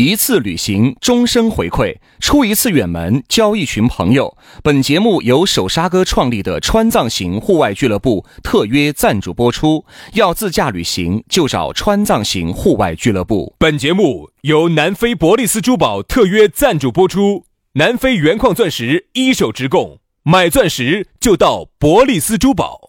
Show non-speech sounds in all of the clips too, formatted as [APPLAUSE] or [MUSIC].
一次旅行，终身回馈；出一次远门，交一群朋友。本节目由首沙哥创立的川藏行户外俱乐部特约赞助播出。要自驾旅行，就找川藏行户外俱乐部。本节目由南非伯利斯珠宝特约赞助播出，南非原矿钻石一手直供，买钻石就到伯利斯珠宝。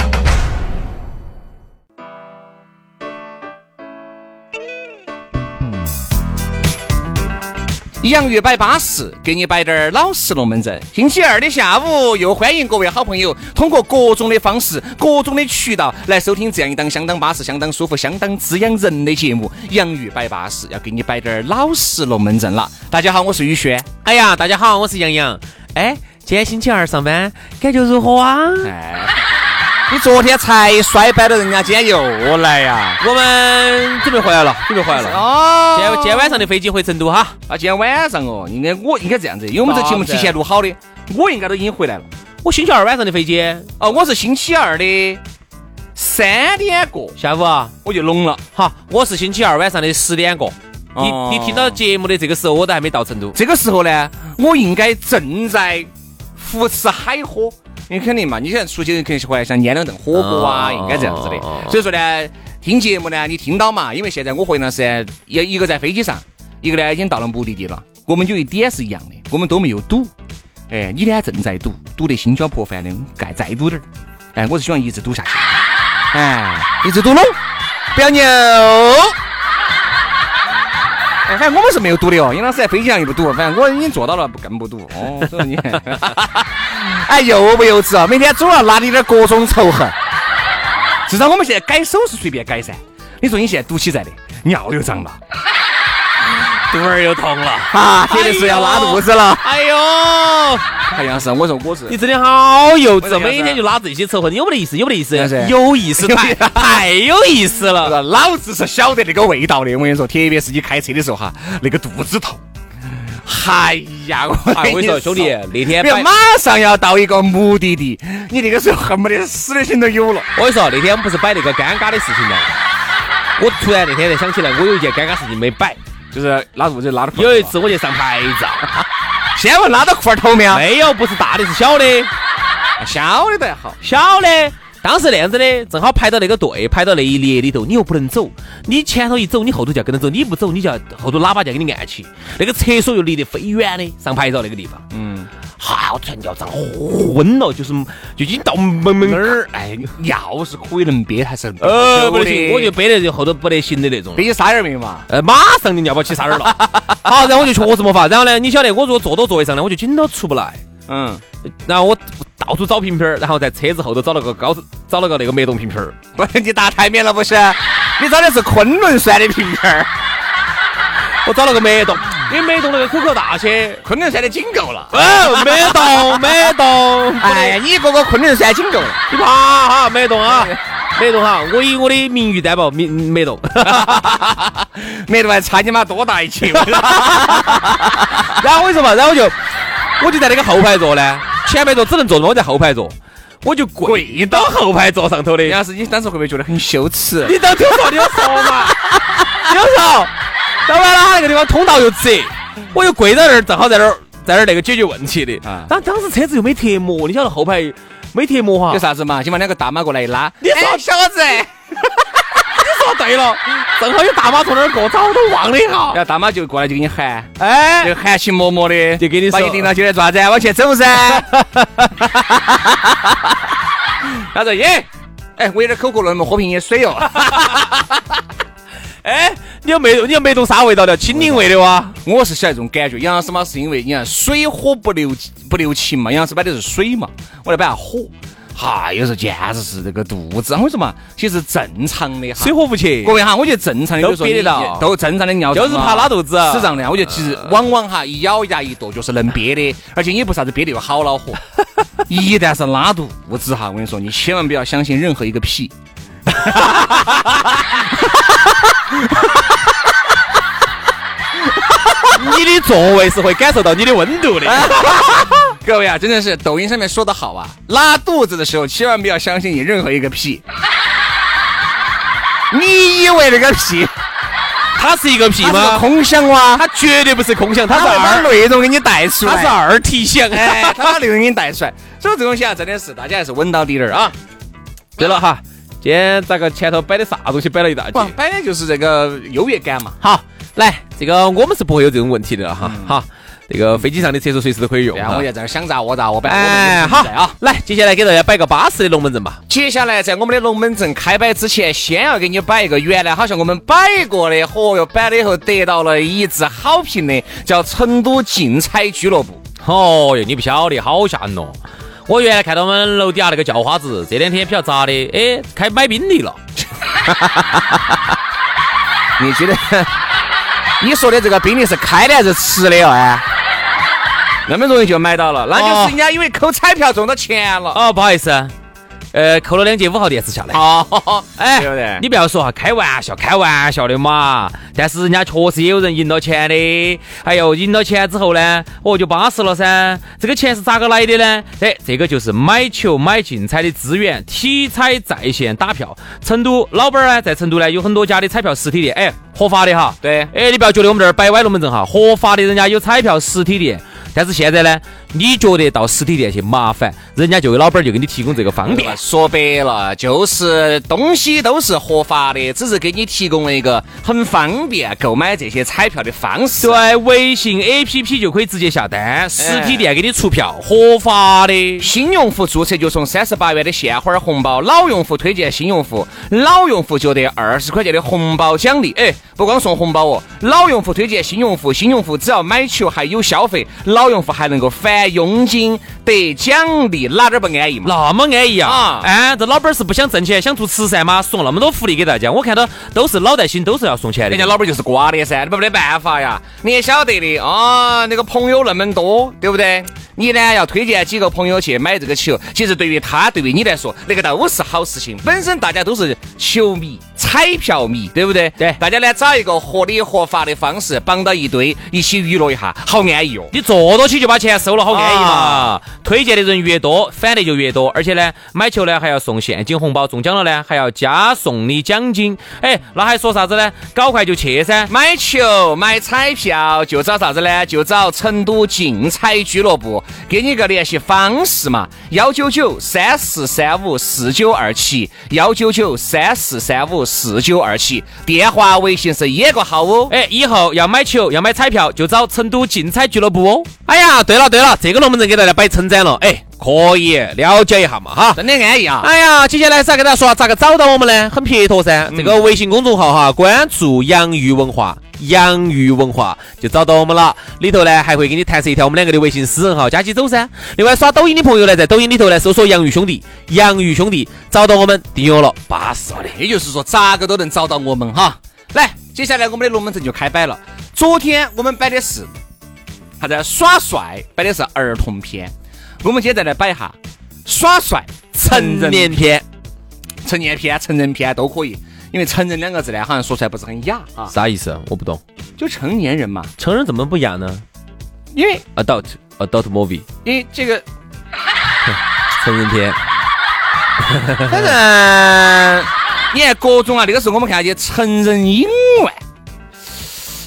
洋芋摆巴适，给你摆点儿老实龙门阵。星期二的下午，又欢迎各位好朋友通过各种的方式、各种的渠道来收听这样一档相当巴适、相当舒服、相当滋养人的节目《洋芋摆巴适》，要给你摆点儿老实龙门阵了。大家好，我是宇轩。哎呀，大家好，我是杨洋。哎，今天星期二上班，感觉如何啊？哎，你昨天才衰败了人啊家，今天又来呀、我们准备嗯回来了，准备回来了。哦今今天晚上的飞机回成都哈。啊，今天晚上哦，应该我应该这样子，因为我们这节目提前录好的，我应该都已经回来了。我星期二晚上的飞机，哦，我是星期二的三点过下午啊。我就聋了。好，我是星期二晚上的十点过。哦你你听到节目的这个时候，我都还没到成都。这个时候呢，我应该正在胡吃海喝。你肯定嘛，你想出去肯定是回来想腌两顿火锅啊，哦应该这样子的哦。所以说呢，听节目呢，你听到嘛，因为现在我和杨老师呢也一个在飞机上，一个呢已经到了目的地了。我们有一点是一样的，我们都没有赌。哎，你呢正在赌，赌得心焦破烦的，该再赌点儿。哎，我是希望一直赌下去。哎，一直赌拢，不要牛。哎，反正我们是没有赌的哦，杨老师在飞机上也不赌，反正我已经做到了，不更不赌。 [LAUGHS] 哦，所以你， [LAUGHS] 哎，幼不幼稚啊？每天总要拉你点各种仇恨。至少我们现在改手是随便改噻。你说你现在赌起在的，尿又脏了肚儿又痛了。 [LAUGHS] 啊，肯定是要拉肚子了。哎呦，哎，杨老师，我说我是你真的好幼我的稚，天每天就拉这些仇恨，有没得意思？有没得意思是不是？有意思，太太 [LAUGHS] 有意思了。老子是晓得那个味道的。我跟你说，特别是你开车的时候哈，那个肚子痛。哎呀，哎我跟你说，兄弟，那天你摆要马上要到一个目的地，你那个时候恨不得死的心都有了。我跟你说，那天我们不是摆那个尴尬的事情吗？我突然那天才想起来，我有一件尴尬事情没摆。就是拉肚子拉到有一次我去上牌照， [LAUGHS] 先问拉到裤儿头没有？没有，不是大的，是小的，晓得得好。小的。当时那样子的，正好排到那个队，排到那一列里头，你又不能走，你前头一走，你后头就要跟着走，你不走，你就要后头喇叭就要给你按起。那个厕所又离得飞远的，上牌照那个地方，嗯，好，我突然尿胀昏了，就是就已经到门嗯门儿，哎，尿是可以能憋还是呃，不得行，我就背得就后头不得行的那种。憋撒点没嘛？呃，马上就尿不起沙儿了。好，然后我就确实没法。然后呢，你晓得，我如果坐到座位上呢，我就紧到出不来。嗯，然后我到处找瓶瓶儿，然后在车子后头找了个高，找了个那个脉动瓶瓶儿。不是你打台面了不是？你找的是昆仑山的瓶瓶 [LAUGHS] 儿，我找了个脉动，因为脉动那个口口大些。昆仑山的警够了。哦，脉 [LAUGHS] 动，脉动，哎哎呀，呀，你哥哥昆仑山警够了。 [LAUGHS] 你怕哈，脉动啊，脉动哈，我以我的名誉担保，脉脉动。没得完，差你妈多大一截？ [LAUGHS] [LAUGHS] 然后我跟你说嘛，然后我就我就在那个后排座呢，前排座只能坐嘛，我在后排座，我就跪到后排座上头的。杨老师，你当时会不会觉得很羞耻？ [LAUGHS] 你当听说你有说 [LAUGHS] 嘛？有说，当然了，他那个地方通道又窄，我又跪到那儿，正好在那儿在那儿那个解决问题的。啊当当时车子又没贴膜，你晓得后排没贴膜哈？有啥子嘛？先把两个大妈过来一拉。你说哎啊小子，说对了，正好有大妈从那儿过，早都忘了一下然。后大妈就过来就给你喊，哎，就含情脉脉的，就给你把说你顶到起来做啥子？啊往前走 [LAUGHS] 噻。他说耶，哎，我有点口渴了，你们喝瓶哦水 [LAUGHS] 哟。哎，你有没你有没懂啥味道的？青柠味的哇？我是晓得这种感觉，杨老师嘛是因为你看水火不留不留情嘛，杨老师摆的是水嘛，我来摆下火。哈，有时候简直是这个肚子。我跟你说嘛，其实正常的哈水，火不侵各，位哈，我觉得正常的都有时候憋得你到都正常的尿就是怕拉肚子啊屎胀的。我觉得其实往往哈，一咬牙一跺就是能憋的，而且也不啥子憋的有好恼 [LAUGHS] 火。一旦是拉肚子哈，我跟你说，你千万不要相信任何一个屁。 [LAUGHS] 你的座位是会感受到你的温度哎的。各位啊，真的是抖音上面说的好啊，拉肚子的时候千万不要相信你任何一个屁。你以为那个屁它是一个屁它是个吗？空啊想哇？它绝对不是空想，它它是会把二，内容给你带出来。它是二体想。哎，他把内容给你带出来。所以这东西啊，真的是大家还是稳到底点儿啊。对了哈，今天咋个前头摆的啥东西摆了一大不截？，摆的就是这个优越感嘛。好，来，这个我们是不会有这种问题的了哈。好，这个飞机上的厕所随时都可以用然哈后嗯啊我。就在这儿想咋我咋，我摆哎，我摆好我摆啊。，来，接下来给大家摆个巴适的龙门阵吧。接下来在我们的龙门阵开摆之前，先要给你摆一个原来好像我们摆过的，嚯哟，摆了以后得到了一致好评的，叫成都竞彩俱乐 [LAUGHS] 部。哦哟，你不晓得，好吓人哦！我原来看到我们楼底下那个叫花子，这两天不晓得咋的，哎，开买宾利了。你觉得 [LAUGHS] 你说的这个宾利是开的还是吃的哦？哎，那么容易就买到了，那就是人家因为抠彩票中到钱了。哦，不好意思，呃，扣了两节五号电池下来。哦， [LAUGHS] 哎，对不对你不要说哈，开玩笑，开玩笑的嘛。但是人家确实也有人赢了钱的。哎呦，赢了钱之后呢，哦，就巴适了噻。这个钱是咋个来的呢？哎，这个就是买球买竞彩的资源，体彩在线打票。成都老板儿呢，在成都呢有很多家的彩票实体店，哎，合法的哈。对哎，你不要觉得我们这儿摆歪龙门阵哈，合法的人家有彩票实体店。但是现在呢，你觉得到实体店去麻烦，人家就有老板儿就给你提供这个方便。说白了就是东西都是合法的，只是给你提供了一个很方便购买这些彩票的方式。对，微信 APP 就可以直接下单，实体店给你出票，合法的。新用户注册就送三十八元的现花红包，老用户推荐新用户，老用户就得二十块钱的红包奖励。哎，不光送红包哦，老用户推荐新用户，新用户只要买球还有消费，老用户还能够返佣金得奖励，哪点儿不安逸嘛？那么安逸啊啊！哎，这老板是不想挣钱，想做慈善吗？送那么多福利给大家，我看到都是脑袋心，都是要送钱的。人家老板就是瓜的噻，你没得办法呀。你也晓得的啊，那个朋友那么多，对不对？你呢要推荐几个朋友去买这个球，其实对于他，对于你来说，那个都是好事情。本身大家都是球迷、彩票迷，对不对？对大家呢找一个合理合法的方式绑到一堆，一起娱乐一下，好安逸哦。你坐到起就把钱收了，好安逸啊嘛！推荐的人越多，返的就越多，而且呢，买球呢还要送现金红包，中奖了呢还要加送你奖金。哎，那还说啥子呢？搞快就去噻！买球、买彩票就找啥子呢？就找成都竞彩俱乐部，给你个联系方式嘛：幺九九三四三五四九二七，幺九九三四三五四九二七，电话、微信是一个号哦。哎，以后要买球、要买彩票，就找成都竞彩俱乐部哦。哎呀，对了对了，这个龙门阵给大家摆称赞了，哎，可以了解一下嘛哈。真的安逸啊！哎呀，接下来是要给大家说下咋个找到我们呢？很撇脱噻，这个微信公众号哈，关注“洋芋文化”，洋芋文化就找到我们了。里头呢还会给你弹射一条我们两个的微信私人号，加起走噻。另外刷抖音的朋友呢，在抖音里头呢搜索“洋芋兄弟”，洋芋兄弟找到我们订阅了，巴适了的。也就是说，咋个都能找到我们哈。来，接下来我们的龙门阵就开摆了。昨天我们摆的是啥子？耍帅，摆的是儿童篇。我们今天再来摆一下耍帅成人成年篇成年篇、成人篇都可以，因为“成人”两个字呢，好像说出来不是很雅啊，啥意思？我不懂，就成年人嘛，成人怎么不雅呢因为？Adult Adult Movie 因为这 [LAUGHS] 个，成人片。反正你看各种啊，那个时候我们看那些成人影院，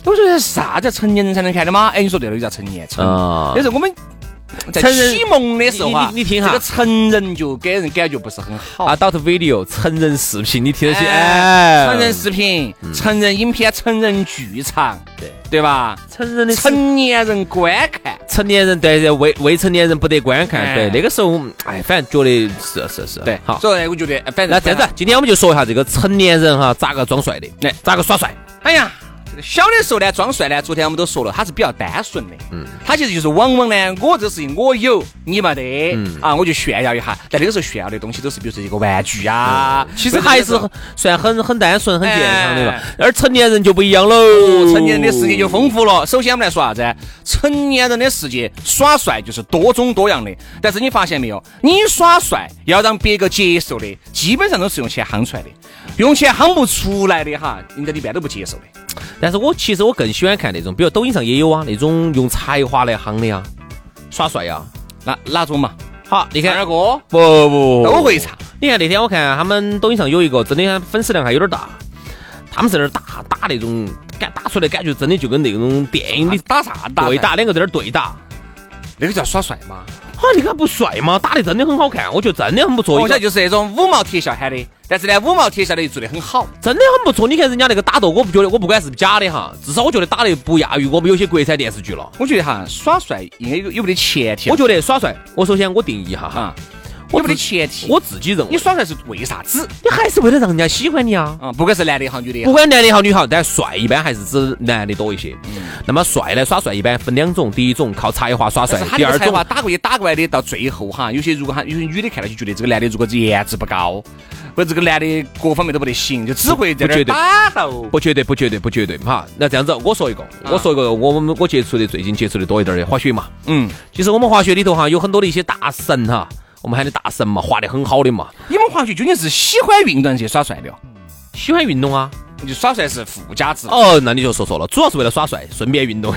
都说啥叫成年人才能看的吗？哎，你说对了，就叫成年成。啊那时候我们在成人启蒙的时候啊，你你你听哈这个成人就给人感觉不是很好。啊，Adult Video 成人视频，你听得起？哎哎，，成人视频、成人影片、成人剧场，嗯对对吧？成人的成成年人观看。成年人对对未未成年人不得观看，哎对那个时候，哎，反正觉得是是是，对，好。所以我觉得，哎反正哎那这样子，今天我们就说一下这个成年人哈，咋个装帅的，来，咋个耍帅。哎呀，小的时候呢，装帅呢，昨天我们都说了，他是比较单纯的，嗯，他其实就是往往呢，我这个事情我有，你没得，嗯啊，我就炫耀一下。但那个时候炫耀的东西都是，比如说一个玩具啊，嗯其实还是或者很算很很单纯、很健康的了哎。而成年人就不一样喽哦，成年人的世界就丰富了。首先，我们来说啥子？成年人的世界，耍帅就是多种多样的。但是你发现没有，你耍帅要让别个接受的，基本上都是用钱夯出来的，用钱夯不出来的哈，人家一般都不接受的。但是我其实我更喜欢看那种，比如抖音上也有啊，那种用才华来夯的呀，耍帅呀。哪哪种嘛？好，你看二哥不不都会唱。你看那天我看他们抖音上有一个，真的粉丝量还有点大，他们在那儿打打那种感打出来的感觉，真的就跟那种电影你里打啥打？对打两个在那儿对打。啊，那个叫耍帅嘛？你看不帅吗？打的真的很好看，我觉得真的很不错。我一个晓得哦就是那种五毛铁笑喊的，但是呢，五毛铁笑的又做得很好。真的很不错。你看人家那个打斗，我不觉得，我不管是不是假的哈，至少我觉得打得不亚于我们有些国产电视剧了。我觉得哈，耍帅应该有有没得前提啊。我觉得耍帅，我首先我定义一下哈，啊，我有没得自前提？我自己认为，你耍帅是为啥子？你还是为了让人家喜欢你啊。啊，不管是男的也好，女的也好不。管男的也好，女的也好，但帅一般还是指男的多一些。嗯那么帅呢？耍帅一般分两种，第一种靠才华耍帅但是，他第这二个才种华打过去打过来的，到最后哈，有些如果哈，有些女的看到就觉得这个男的如果颜值不高，或者这个男的各方面都不得行，就只会在那不儿绝对打到。不绝对，不绝对，不绝对哈。那这样子，我说一个，啊我说一个，我们我接触的最近接触的多一点的滑雪嘛。嗯，其实我们滑雪里头哈，有很多的一些大神哈，我们喊的大神嘛，滑得很好的嘛，你们滑雪究竟是喜欢运动还是去耍帅的哦？喜欢运动啊。就耍帅是附加值。哦，那你就说错了，主要是为了耍帅，顺便运动。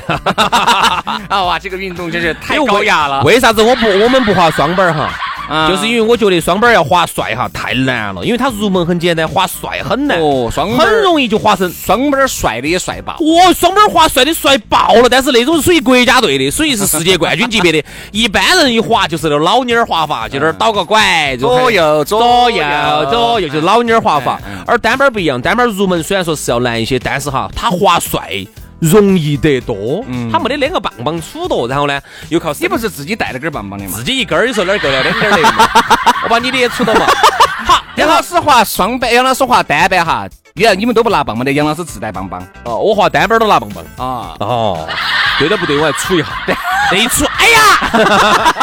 啊哇，这个运动真是太因为高雅了。为啥子我 [LAUGHS] 不我们不滑双板儿哈？啊就是因为我觉得双板儿要滑帅哈太难了，因为它入门很简单，滑帅很难，哦双板儿很容易就滑成。双板儿帅的也帅爆，哦，双板儿滑帅的帅爆了，但是那种是属于国家队的，属于是世 [LAUGHS] 界冠军级别的。一般人一滑就是那种老妮儿滑法，就那儿倒个拐，就嗯左右左右左右，就是老妮儿滑法哎哎。而单板儿不一样，单板儿入门虽然说是要难一些，但是哈，它滑帅容易得多，嗯它没得两个棒棒杵着，然后呢又靠你不是自己带了根棒棒的吗自？己一根儿，你说哪儿够了，两根儿得 [LAUGHS] 嘛？我把你的也杵到嘛。好，杨然老后师滑双板，杨老师滑单板哈，你看你们都不拿棒棒的，杨老师自带棒棒哦，我滑单板儿都拿棒棒。啊。哦，对了不对，我还 [LAUGHS] 杵一下。那一杵，哎呀！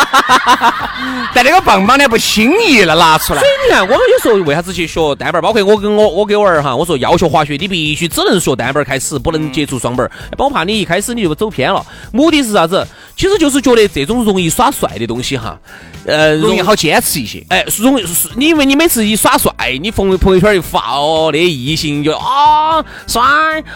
但那个棒棒呢，不轻易的拿出来所。以你看，我们有时候为啥子去学单板儿？包括我跟我我给我儿哈，我说要学滑雪，你必须只能学单板儿开始，不能接触双板儿，要不然我怕你一开始你就走偏了。目的是啥子？其实就是觉得这种容易耍帅的东西哈，呃，容易好坚持一些。哎，是容易是，你以为你每次一耍帅，你朋朋友圈一发哦，那异性就啊帅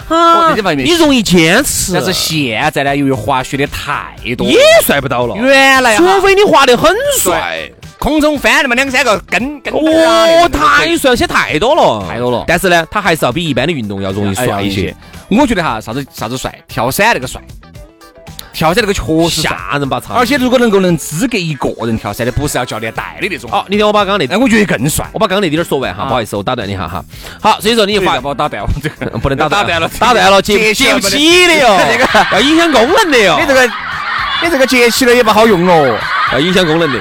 哦啊那就外，面你容易坚持，但是现在呢，由于滑雪的太多啊了，也帅不到了，原来除哈非你滑得很帅，空中翻那么两三个跟跟着啊那哦，种太帅，而且太多了，太多了但是呢，他还是要比一般的运动要容易哎帅一些。。我觉得哈，啥子啥子帅，跳伞那个帅，跳伞那个确实帅。吓人吧，操！啊而且如果能够能资格一个人跳伞的，不是要教练带的那种，哦，你听我把刚刚那，那哎我觉得啊更帅。我把刚刚那点儿说完哈，不好意思，我打断你一下哈。好，所以说你你发嗯发把我打断我这 [LAUGHS] 个不能打打断了，打断了，接接接不不得，起的哟这个要影响功能的哟。你这个你这个接起了也不好用哦。要影响功能的。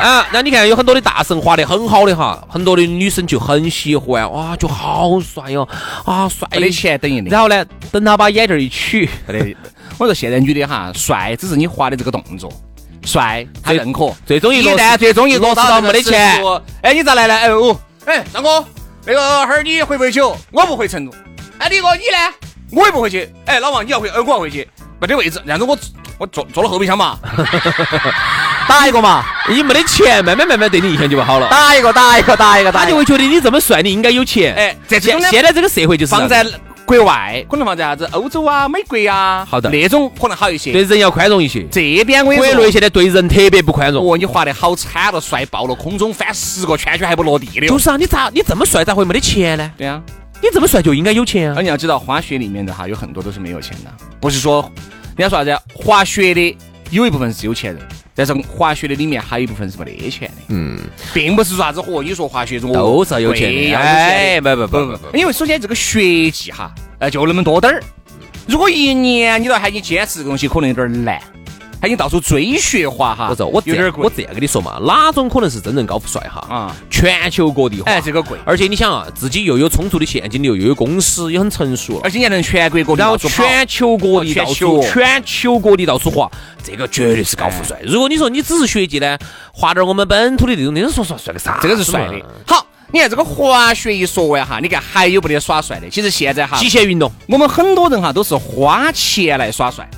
啊，那你看有很多的大神滑得很好的哈，很多的女生就很喜欢，哇，就好帅哟、啊，帅没得钱等于零。然后呢，等他把眼镜一取，对，我说现在女的哈，帅只是你滑的这个动作，帅他认可。最终一一落旦实，最终一落落实实到到没没得得钱钱，，哎，你咋来了？哎哦，哎，张哥，那个哈儿你回不回去哦？我不回成都。哎，李哥你呢？我也不回去。哎，老王你要回，哎，我要回去，没得位置，然后我我坐坐到后备箱 [LAUGHS] 嘛，打一个嘛，你没得钱，慢慢慢慢对你印象就不好了，打一个打一个打一个他就会觉得你这么帅，你应该有钱。哎，在这现种呢，现在这个社会就是放这样在子国外，啊可能放在啥子欧洲啊、美国呀，好的那种可能好一些。对人要宽容一些，这一点我国也内现在对人特别不宽容。哦，你滑得好惨了，帅爆了，空中翻十个圈圈还不落地的哦哟。就是啊，你咋你这么帅咋会没得钱呢？对啊，你这么帅就应该有钱啊而！你要知道，滑雪里面的哈，有很多都是没有钱的，不是说人家说啥子滑雪的有一部分是有钱人，但是滑雪的里面还有一部分是没得钱的。嗯，并不是说啥子哦嚯，你说滑雪我都是要有钱的，哎，哎，不不不不不不不，因为首先这个学技哈，呃，就那么多点儿。如果一年你都喊你坚持这个东西，可能有点儿难。他已经到处追雪滑哈，啊不是我有这点样贵我。这样跟你说嘛，哪种可能是真正高富帅哈？啊啊，全球各地，哎这个贵而且你想啊，自己又有充足的现金流，又有公司，也很成熟了而。且你还能全国各地然后到处跑全球各地到处，哦全球哎全球各地到处滑，这个绝对是高富帅。如果你说你只是学籍呢，滑点我们本土的这种，那种说帅帅个啥？这个是帅的。好，你看这个滑雪一说完哈，你看还有不得耍帅的？其实现在哈，极限运动。我们很多人哈都是花钱来耍帅，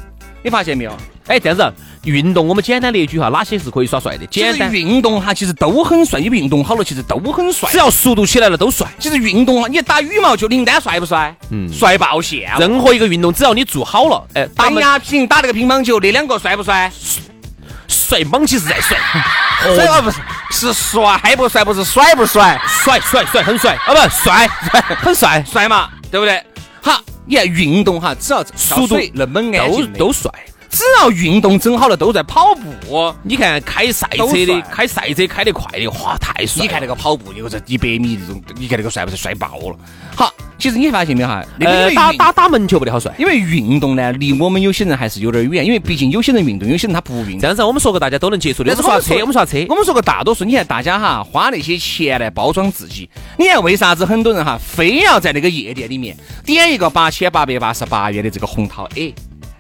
你发现没有？哎，这样子，运动我们简单列举哈，哪些是可以耍帅的？其简实单，运动哈，其实都很帅，你运动好了，其实都很帅只。要速度起来了都帅。其实运动哈，你打羽毛球，林丹帅不帅？嗯，帅爆线。任何一个运动，只要你做好了，哎，打打门哑屏，打那个乒乓球，那两个帅不帅？帅莽起是在帅，帅啊，不是，是帅不帅？不是帅不帅？帅帅帅很帅啊，不帅帅很帅，帅嘛，对不对？好，你看运动哈，只要速度水那么安都静的，都帅。只要运动整好了，都在跑步。你看开赛都车的帅，开赛车开得快的，哇，太帅了！你看那个跑步，有这一百米这种，你看那个帅不帅？帅爆了。好，其实你发现没有哈？那个因呃，为打运打打门球不得好帅。因为运动呢，离我们有些人还是有点远，因为毕竟有些人运动，有些人他不运这动。样子，我们说个大家都能接受的。但我是们说下车，我们说下车。我们说个大多数，你看大家哈花那些钱来包装自己，你看为啥子很多人哈非要在那个夜店里面点一个八千八百八十八元的这个红桃 A，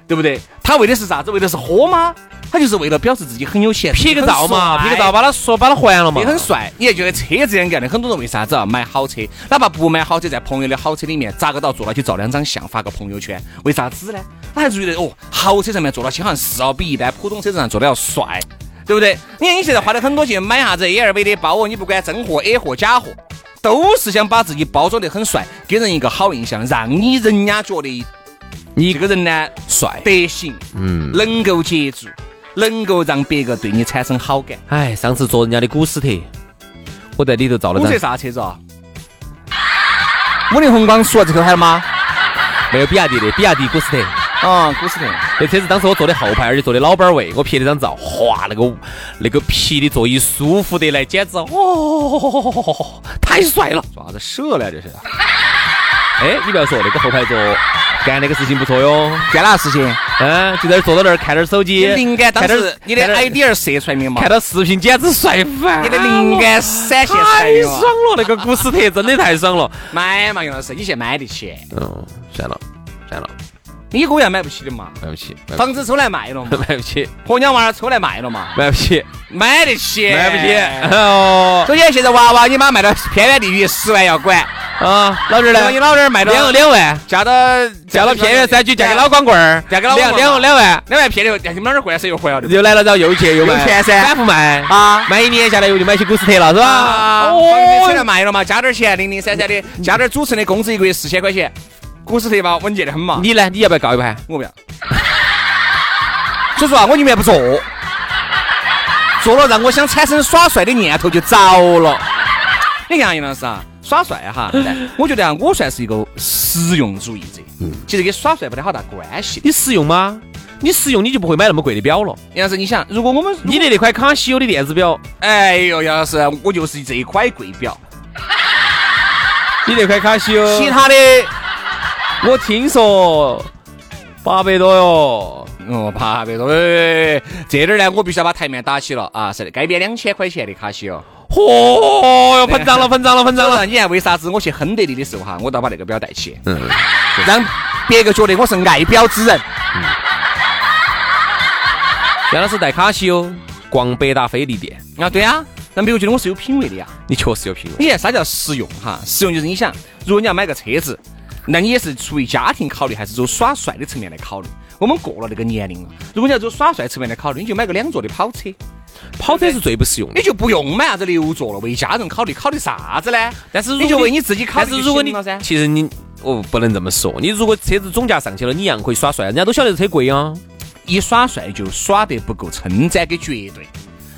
对不对？他为的是啥子？为的是喝吗？他就是为了表示自己很有钱，拍个照嘛，很帅哎拍个照，把它说把它还了嘛也。很帅。你还觉得车子样干的，很多人为啥子要买好车？哪怕不买好车，在朋友的好车里面扎个到坐到去照两张相，发个朋友圈，为啥子呢？他还是觉得哦，豪车上面坐到起好像是要比一般普通车子上坐的要帅，对不对？你看你现在花了很多钱买啥子 LV 的包哦，你不管真货、A 货、假货。都是想把自己包装得很帅，给人一个好印象，让你人家觉得你这个人呢帅德行，嗯，能够接住，能够让别个对你产生好感。哎，上次坐人家的古斯特，我在里头照了我张这，啥车子啊？五菱宏光说这口喊吗？没有比亚迪的，比亚迪古斯特。啊，古斯特。那车子当时我坐的后排，而且坐的老板位，我拍了张照，哗，那个那个皮的座椅舒服的来，简直哦， [LAUGHS] 太帅了！做啥子哦蛇呢？这是哎，你不要说那个后排座干那个事情不错哟，干啥事情？嗯，就在那儿坐到那儿看点儿手你机，灵感当看点儿时你的看点儿 idea 射出来没有嘛看？到视频简直帅翻了，你的灵感闪现出来太没有爽嘛？了，那个古斯特真的太爽了。买嘛，杨老师，你现在买得起，嗯，算了，算了，你个人买不起的嘛？买不起， [LAUGHS] 买不房子抽来卖了嘛？起买不起，婆娘娃儿抽来卖了嘛？买不起，买得起，买不 [LAUGHS] 起。哦首先，现在娃娃你妈卖到偏远地区，十万要管。啊，老弟然后呢你？老点儿卖到两两万，嫁到嫁到偏远山区，嫁给老光棍儿，嫁给老光两棍儿两两万，啊两万偏的，嫁给老点儿过来，谁又回来了？又来了，然后又去有又卖，钱噻反复卖，啊卖一年下来我就买起古斯特了，是吧？啊，哦，嗯车来卖了嘛，加点儿钱，零零散散的，加点儿主持人的工资，一个月四千块钱，股市特吧，稳健的很嘛。你呢？你要不要告一盘？我不要，所以说啊，我宁愿不做，做了让我想产生耍帅的念头就着了。你看啊杨老师啊，耍帅哈，我觉得啊，我算是一个实用主义者，其实跟耍帅没得好大关系。你实用吗？你实用，你就不会买那么贵的表了。杨老师，你想，如果我们你的那块卡西欧的电子表，哎呦，杨老师，我就是这一块贵表，你那块卡西欧，其他的我听说八百多哟。哦，八百多，喂，这点儿呢，我必须要把台面打起了啊！是的，该变两千块钱的卡西欧。嚯哟，膨胀 [LAUGHS] 了，膨胀了，膨胀当了！然，你看为啥子我去亨得利的时候哈，我都要把那个表带起，嗯，让别个觉得我是爱表之人。杨老师带卡西欧逛百达翡丽店，啊，对啊，让别个觉得我是有品位的呀。你确实有品味。你看啥叫实用哈？实用就是你想，如果你要买个车子，那你也是出于家庭考虑，还是走耍帅的层面来考虑？我们过了那个年龄了，如果你要走耍帅层面来考虑，你就买个两座的跑车，哎跑车是最不实用的你，就不用买啥子六座了，为家人考虑，考虑啥子呢？但是如你果就为你自己考但虑是就如果你行了噻。其实你哦不能这么说，你如果车子总价上去了，你一样可以耍帅，人家都晓得这车贵啊。一耍帅就耍得不够称赞跟绝对，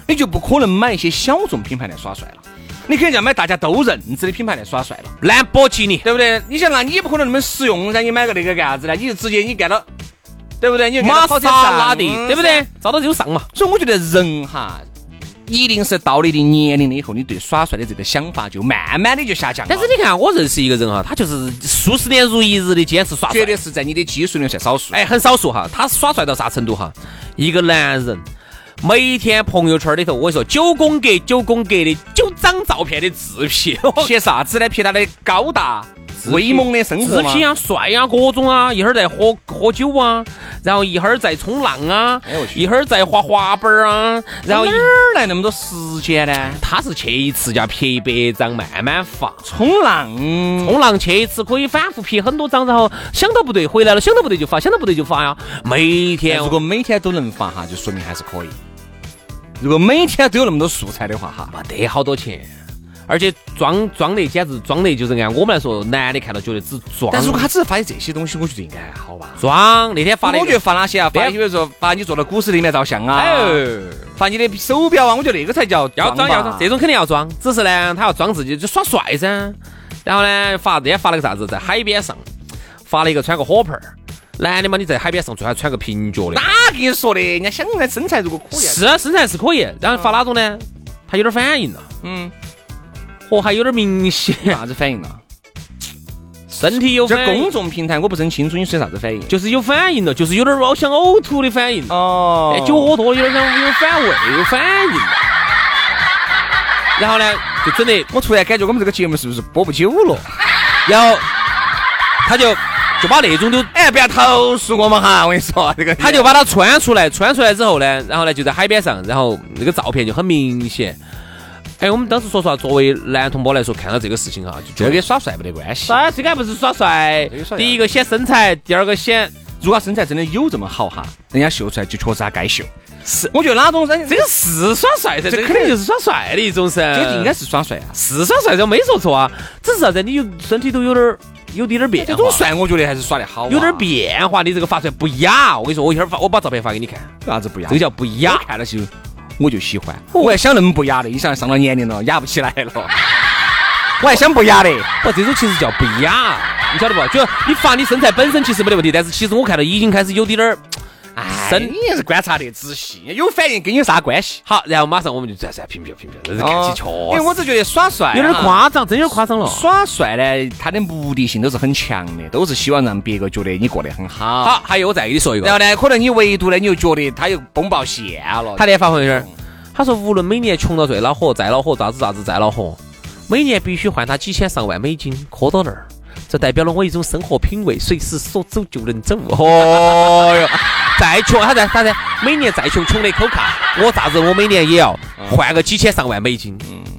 你就不可能买一些小众品牌来耍帅了，你肯定要买大家都认知的品牌来耍帅了，兰博基尼、对不对？你想那你也不可能那么实用，让你买个那个干啥子呢？你就直接你干到，对不对？你就干到玛跑车莎拉蒂，上嗯对不？对？照到就上嘛。所以我觉得人哈，一定是到了一定年龄了以后，你对耍帅的这个想法就慢慢的就下降了。但是你看，我认识一个人哈，他就是数十年如一日的坚持耍绝帅，对是在你的基数里面算少数。哎，很少数哈。他耍帅到啥程度哈？一个男人每天朋友圈里头，我跟你说九宫格九宫格的九张照片的自 [LAUGHS] 拍，我撇啥子呢？撇他的高大威猛的生活自嘛。拍啊，帅啊，各种啊，一会儿在喝喝酒啊，然后一会儿在冲浪啊哎呦我，去一会儿在滑滑板儿啊，然然后后一哪儿来那么多时间呢？他是去一次就要拍一百张，慢慢发。冲浪，嗯冲浪去一次可以反复拍很多张，然后想到不对回来了，想到不对就发，想到不对就发呀。每天哎如果每天都能发哈，就说明还是可以。如果每天都有那么多素材的话哈，没得好多钱，而且装装的简直装的，就是按我们来说，男的看到觉得只装。但是如果他只是发这些东西，我觉得应该还好吧。装那天发发了一我个，觉得发哪些啊？发对比如说发你做的股市里面照相啊哎，发你的手表啊，我觉得那个才叫要装吧要装，这种肯定要装，只是呢，他要装自己就耍帅噻。然后呢，发那天发了个啥子，在海边上发了一个穿个火盆儿，男的嘛，你在海边上最好穿个平角的。哪跟你说的？人家想人家身材如果可以啊，是身材是可以，然后发哪种呢？他有点反应了，嗯，嚯，哦还有点明显，啥子反应了？身体有这反公应，众平台我不是很清楚你是啥子反应。就是有反应了，就是有点儿想呕吐的反应，哦哎酒喝多了有点想有反胃，有反应了。然后呢，就整的，我突然感觉我们这个节目是不是播不久了？然后他就就把那种都，哎，不要投诉我们哈！我跟你说，这个他就把它穿出来，穿出来之后呢，然后呢就在海边上，然后那个照片就很明显。哎，我们当时说实话，作为男同胞来说，看到这个事情哈，就觉这得跟耍帅没得关系。帅，这个还不是耍帅啊这个帅呀第一个显身材，第二个显如果他身材真的有这么好哈，人家秀出来就确实他该秀。是，我觉得哪种人这个是耍帅噻，这这个肯定就是耍帅的一种噻，这应该是耍帅啊。是耍帅噻，我没说错啊，只是啥子，你有身体都有点儿有点儿变这化，种帅，我觉得还是耍得好啊。有点儿变化，你这个发出来不雅。我跟你说，我一会儿发，我把照片发给你看，啥子不哦雅？这个叫不我雅。看了就我就喜欢。我还想那么不雅的，你想上了年龄了，雅不起来 [LAUGHS] 了。我还想不雅的，不，这种其实叫不雅，你晓得不？就你发你身材本身其实没得问题，但是其实我看到已经开始有点儿，哎真你也是观察得仔细，有反应跟有啥关系？好，然后马上我们就算算评评评评，这是看起确哦因为我实只觉得耍帅啊有点儿夸张，真有点儿夸张了。耍帅呢，他的目的性都是很强的，都是希望让别个觉得你过得很好。好，还有我再给你说一个然，后呢，可能你唯独呢，你又觉得他又崩爆线了。他连发朋友嗯圈，他说无论每年穷到最恼火，再恼火，咋子咋子再恼火，每年必须换他几千上万美金磕到那儿，这代表了我一种生活品味，随时说走就能走。哦哟，再穷他在他在每年再穷，穷得抠卡，我咋子我每年也要嗯换个几千上万美金，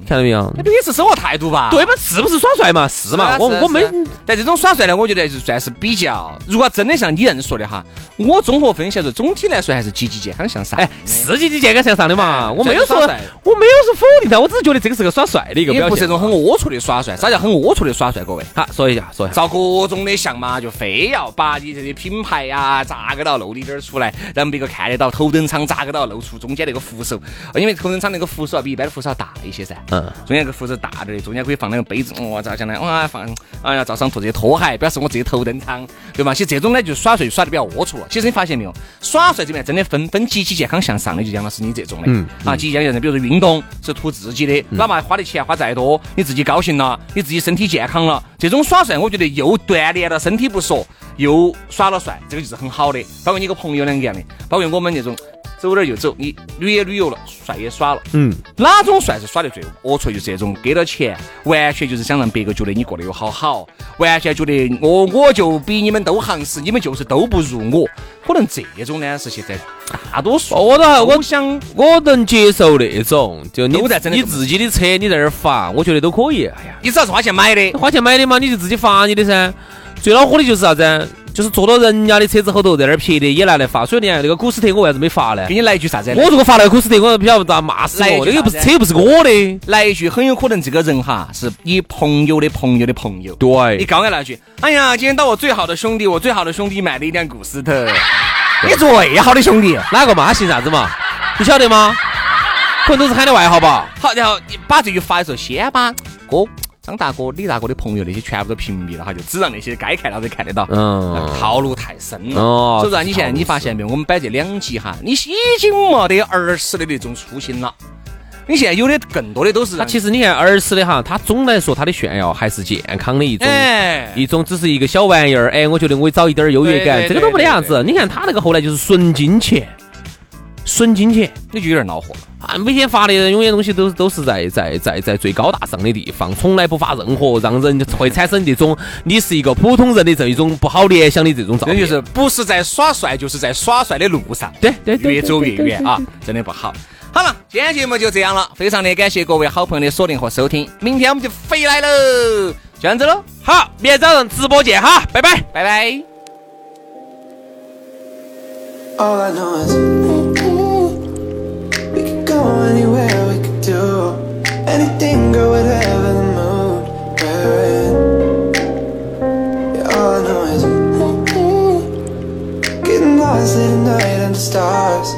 看到没有？那不也是生活态度吧？对吧？是不是耍帅嘛？是嘛？啊我嗯是啊我没是啊但这种耍帅呢，我觉得就算是比较，如果真的像你这样说的哈，我综合分析来说，总体来说还是积极健康向上。哎，是积极健康向上的哎嘛？我没有说这是耍帅我没有说否定他，我只是觉得这个是个耍帅的一个也表不是现那。种很龌龊的耍帅，啥叫很龌龊的耍帅？各位，好，说一下，说一下。照各种的相嘛，就非要把你这些品牌呀、咋个到露里边儿出来，让别个看得到头等舱咋个到露出中间那个扶手，呃因为头等舱那个扶手啊比一般的扶手要大一些噻，嗯中间那个扶手大点儿的，中间可以放两个杯子，哇、咋讲呢？哇、放，哎呀，照上吐这些拖鞋，表示我自己头等舱，对吧？其实这种呢，就耍帅耍的比较龌龊了。其实你发现没有，耍帅这边真的分分积极健康向上的，就讲老师你这种的，嗯啊，积极健康向上，比如说运动是图自己的，哪怕花的钱花再多，你自己高兴了，你自己身体健康了，这种耍帅，我觉得又锻炼了身体不说，又耍了帅，这个就是很好的。包括你跟朋友两个一样的，包括我们这种。走哪儿就走，你旅也旅游了，帅也耍了，嗯，哪种算是耍得最龌龊？就是这种给了钱，完全就是想让别个觉得你过得有好好，完全觉得我我就比你们都行实，你们就是都不如我。可能这种呢是现在大多数哦我都我都想我能接受那种，就你都在整那你种自己的车你在那儿发，我觉得都可以。哎呀，你只要是花钱买的你，花钱买的嘛，你就自己发你的噻。最恼火的就是啥子？就是坐到人家的车子后头，在那儿撇的也拿来发。所以你看那个古斯特，我为啥子没发呢给？你来一句啥子？我如果发那个古斯特，我不晓得咋骂死来一我。句那个又不是啥子车，又不是我的。来一句，很有可能这个人哈是你朋友的朋友的朋友。你对，刚刚那句，哎呀，今天到我最好的兄弟，我最好的兄弟买了一辆古斯特， [LAUGHS] 你最好的兄弟。啊哪个嘛？他姓啥子嘛？你晓得吗？可能都是喊的外号吧。好，然后你把这句发的时候，先把哥、张大哥、李大哥的朋友那些全部都屏蔽了哈，就只让那些该看到的看得到。嗯套路太深了。哦所以说啊你现在套路你发现没有？我们摆这两集哈，你已经没得儿时的那种初心了。你现在有的更多的都是它其实你看儿时的哈，它总来说它的炫耀还是健康的一种。哎，一种只是一个小玩意儿，哎，我觉得我找一点儿优越感，对对这个都没得啥子。你看他那个后来就是纯金钱，纯金钱你就有点恼火了。啊，每天发的永远东西都都是在在在在最高大上的地方，从来不发任何让人会产生这种你是一个普通人的这一种不好联想的这种照这片。就是不是在耍帅，就是在耍帅的路上。对对对越走越远啊，真的不好。好了，今天节目就这样了，非常的感谢各位好朋友的锁定和收听，明天我们就回来喽，就这样子喽，好，明天早上直播见哈，拜拜。拜拜。 All I know is mm-hmm, we could go anywhere, we could do anything, girl, whatever the mood we're in. Yeah, all I know is mm-hmm, getting lost in the night under stars,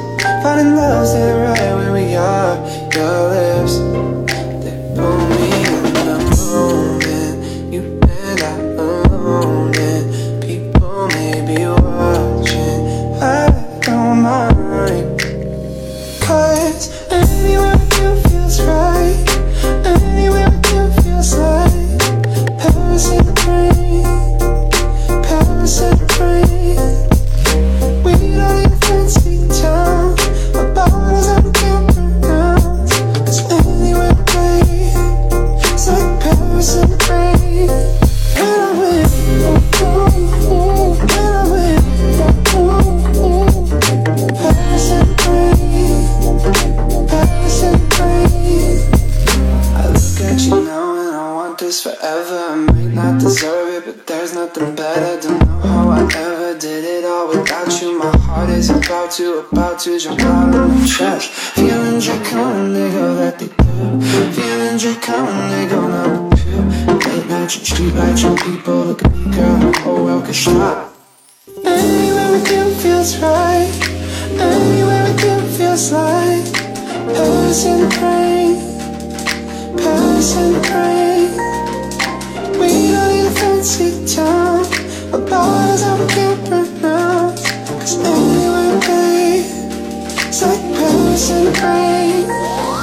finding love sitting right where we are. Your lips they pull me in the moment, you and I alone, and people may be watching. I don't mind. Cause anywhere with you feels right. Anywhere with you feels like Paris in the rain. Paris in the rain. We don't even fancy town. My body's on camera now. Cause anywhere we play, it's like Paris in the rain. And I'm with you. And I'm with you. Paris in the rain. Paris in the rain. I look at you now and I want this forever. I might not deserve it, but there's nothing better. Don't know how I ever did it all without you. My heart is about to, about to jump out of my chest. Feelings are coming, they go that they do. Feelings are coming, they go now. Late nights and streetlights and people look at me, girl. The whole world can stop. Anywhere with you feels right. Anywhere with you feels like Paris in the rain. Paris and rain. We don't need a fancy town. Our bodies are camera now. Cause anywhere we play, it's like Paris and rain.